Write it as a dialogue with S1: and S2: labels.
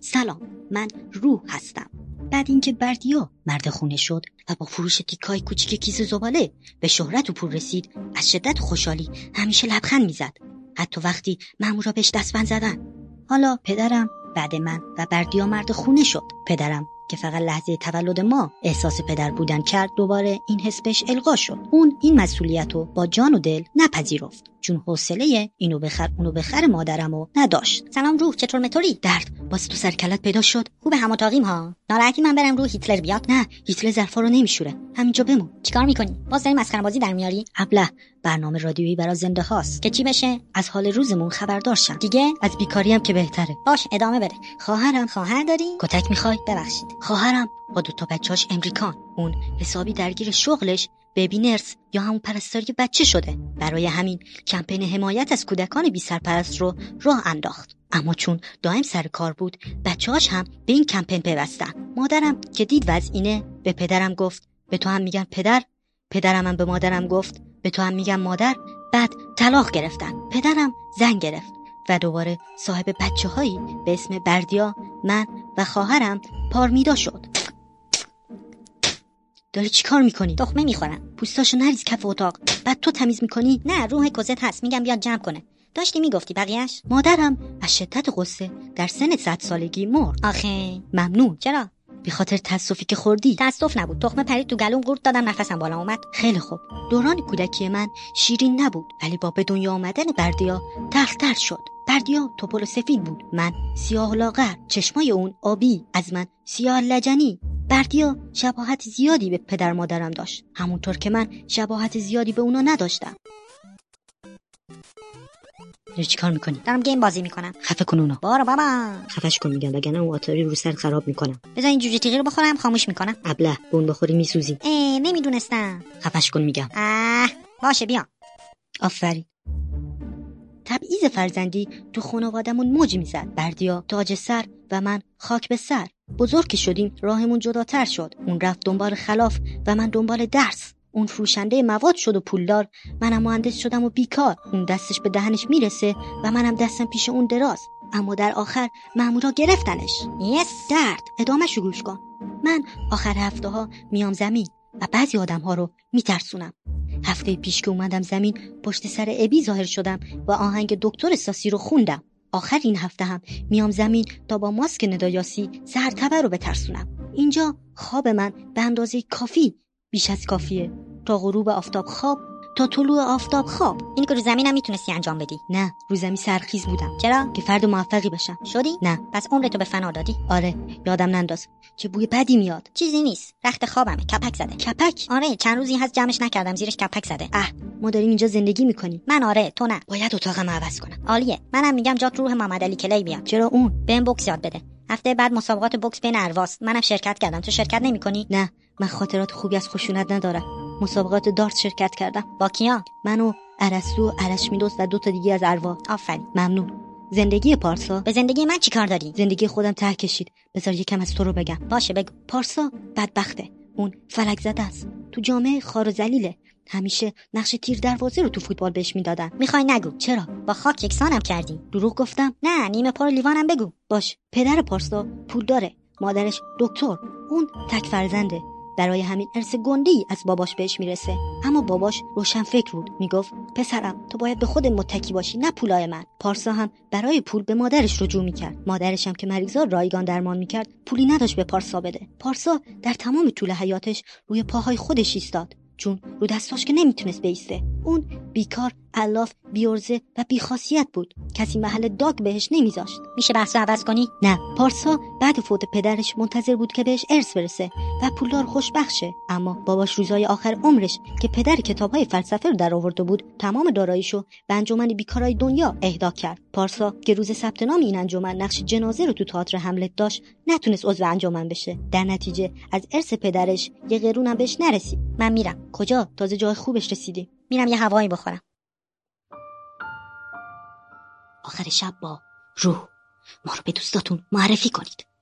S1: سلام من روح هستم بعد اینکه بردیا مرد خونه شد و با فروش تیکای کوچیک کیسه زباله به شهرت و پول رسید از شدت خوشحالی همیشه لبخند میزد حتی وقتی مامورا بهش دستبند زدن حالا پدرم بعد من و بردیا مرد خونه شد پدرم که فقط لحظه تولد ما احساس پدر بودن کرد دوباره این حس بهش القا شد اون این مسئولیت رو با جان و دل نپذیرفت چون حوصله اینو بخر اونو بخر مادرم و نداشت
S2: سلام روح چطور مطوری
S1: درد باز تو سر کلت پیدا شد
S2: خوب هم اتاقیم ها ناراحتی من برم روح هیتلر بیاد
S1: نه هیتلر ظرفا رو نمیشوره همینجا بمون
S2: چیکار میکنی باز داری مسخره بازی در میاری
S1: ابله برنامه رادیویی برا زنده هاست
S2: که چی بشه
S1: از حال روزمون خبردار شم
S2: دیگه
S1: از بیکاری هم که بهتره
S2: باش ادامه بده
S1: خواهرم
S2: خواهر داری
S1: کتک میخوای
S2: ببخشید
S1: خواهرم با دو تا بچه‌اش امریکان اون حسابی درگیر شغلش بیبی نرس یا همون پرستاری بچه شده برای همین کمپین حمایت از کودکان بی سرپرست رو راه انداخت اما چون دائم سر کار بود بچه‌هاش هم به این کمپین پیوستن مادرم که دید وضع اینه به پدرم گفت به تو هم میگن پدر پدرم هم به مادرم گفت به تو هم میگن مادر بعد طلاق گرفتن پدرم زن گرفت و دوباره صاحب بچه هایی به اسم بردیا من و خواهرم پارمیدا شد داری چیکار میکنی
S2: تخمه میخورم
S1: پوستاشو نریز کف اتاق بعد تو تمیز میکنی
S2: نه روح کوزت هست میگم بیاد جمع کنه داشتی میگفتی بقیهش
S1: مادرم از شدت قصه در سن صد سالگی مرد
S2: آخه
S1: ممنون
S2: چرا
S1: به خاطر تصفی که خوردی
S2: تصف نبود تخمه پرید تو گلوم قورت دادم نفسم بالا اومد
S1: خیلی خوب دوران کودکی من شیرین نبود ولی با به دنیا آمدن بردیا تلختر شد بردیا توپل سفید بود من سیاه لاغر چشمای اون آبی از من سیاه لجنی بردیا شباهت زیادی به پدر مادرم داشت همونطور که من شباهت زیادی به اونا نداشتم داری چیکار میکنی
S2: دارم گیم بازی میکنم
S1: خفه کن اونا
S2: بارو بابا
S1: خفش کن میگم وگرنه اون آتاری رو سر خراب میکنم
S2: بذار این جوجه تیغی رو بخورم خاموش میکنم
S1: ابله به اون بخوری میسوزی
S2: ای نمیدونستم
S1: خفش کن میگم
S2: اه باشه بیا
S1: آفرین تبعیض فرزندی تو خانوادمون موج میزد بردیا تاج سر و من خاک به سر بزرگ که شدیم راهمون جداتر شد اون رفت دنبال خلاف و من دنبال درس اون فروشنده مواد شد و پولدار منم مهندس شدم و بیکار اون دستش به دهنش میرسه و منم دستم پیش اون دراز اما در آخر مامورا گرفتنش
S2: یس
S1: درد ادامهش گوش کن من آخر هفته ها میام زمین و بعضی آدم ها رو میترسونم هفته پیش که اومدم زمین پشت سر ابی ظاهر شدم و آهنگ دکتر ساسی رو خوندم آخر این هفته هم میام زمین تا با ماسک ندایاسی سرتبر رو بترسونم اینجا خواب من به اندازه کافی بیش از کافیه تا غروب آفتاب خواب تا طلوع آفتاب خواب
S2: خب، این که رو زمینم میتونستی انجام بدی
S1: نه رو زمین سرخیز بودم
S2: چرا
S1: که فرد موفقی بشم
S2: شدی
S1: نه
S2: پس عمرتو به فنا دادی
S1: آره یادم ننداز چه بوی بدی میاد
S2: چیزی نیست رخت خوابمه کپک زده
S1: کپک
S2: آره چند روزی هست جمعش نکردم زیرش کپک زده
S1: اه ما داریم اینجا زندگی میکنیم
S2: من آره تو نه
S1: باید اتاقم عوض کنم
S2: عالیه منم میگم جات روح محمد علی کلی بیاد
S1: چرا اون
S2: بهم بوکس یاد بده هفته بعد مسابقات بوکس بین ارواست منم شرکت کردم تو شرکت نمیکنی
S1: نه من خاطرات خوبی از خشونت ندارم مسابقات دارت شرکت کردم
S2: با کیا
S1: من و ارسطو و ارشمیدس و دو تا دیگه از اروا
S2: آفرین
S1: ممنون زندگی پارسا
S2: به زندگی من چیکار داری
S1: زندگی خودم ته کشید بذار یکم از تو رو بگم
S2: باشه بگو
S1: پارسا بدبخته اون فلک زده است تو جامعه خار و ذلیله همیشه نقش تیر دروازه رو تو فوتبال بهش میدادن
S2: میخوای نگو
S1: چرا
S2: با خاک یکسانم کردی
S1: دروغ گفتم
S2: نه نیمه پر لیوانم بگو
S1: باش پدر پارسا پول داره مادرش دکتر اون تک فرزنده برای همین ارث گنده ای از باباش بهش میرسه اما باباش روشن فکر بود میگفت پسرم تو باید به خود متکی باشی نه پولای من پارسا هم برای پول به مادرش رجوع میکرد مادرش هم که مریضا رایگان درمان میکرد پولی نداشت به پارسا بده پارسا در تمام طول حیاتش روی پاهای خودش ایستاد چون رو دستاش که نمیتونست بیسته اون بیکار علاف بیورزه و بیخاصیت بود کسی محل داگ بهش نمیذاشت
S2: میشه بحث عوض کنی
S1: نه پارسا بعد فوت پدرش منتظر بود که بهش ارث برسه و پولدار خوشبخشه اما باباش روزای آخر عمرش که پدر کتابهای فلسفه رو در آورده بود تمام داراییشو به انجمن بیکارای دنیا اهدا کرد پارسا که روز ثبت نام این انجمن نقش جنازه رو تو تئاتر حملت داشت نتونست عضو انجمن بشه در نتیجه از ارث پدرش یه قرونم بهش نرسید
S2: من میرم
S1: کجا تازه جای خوبش رسیدیم
S2: میرم یه هوایی بخورم
S1: آخر شب با روح ما رو به دوستاتون معرفی کنید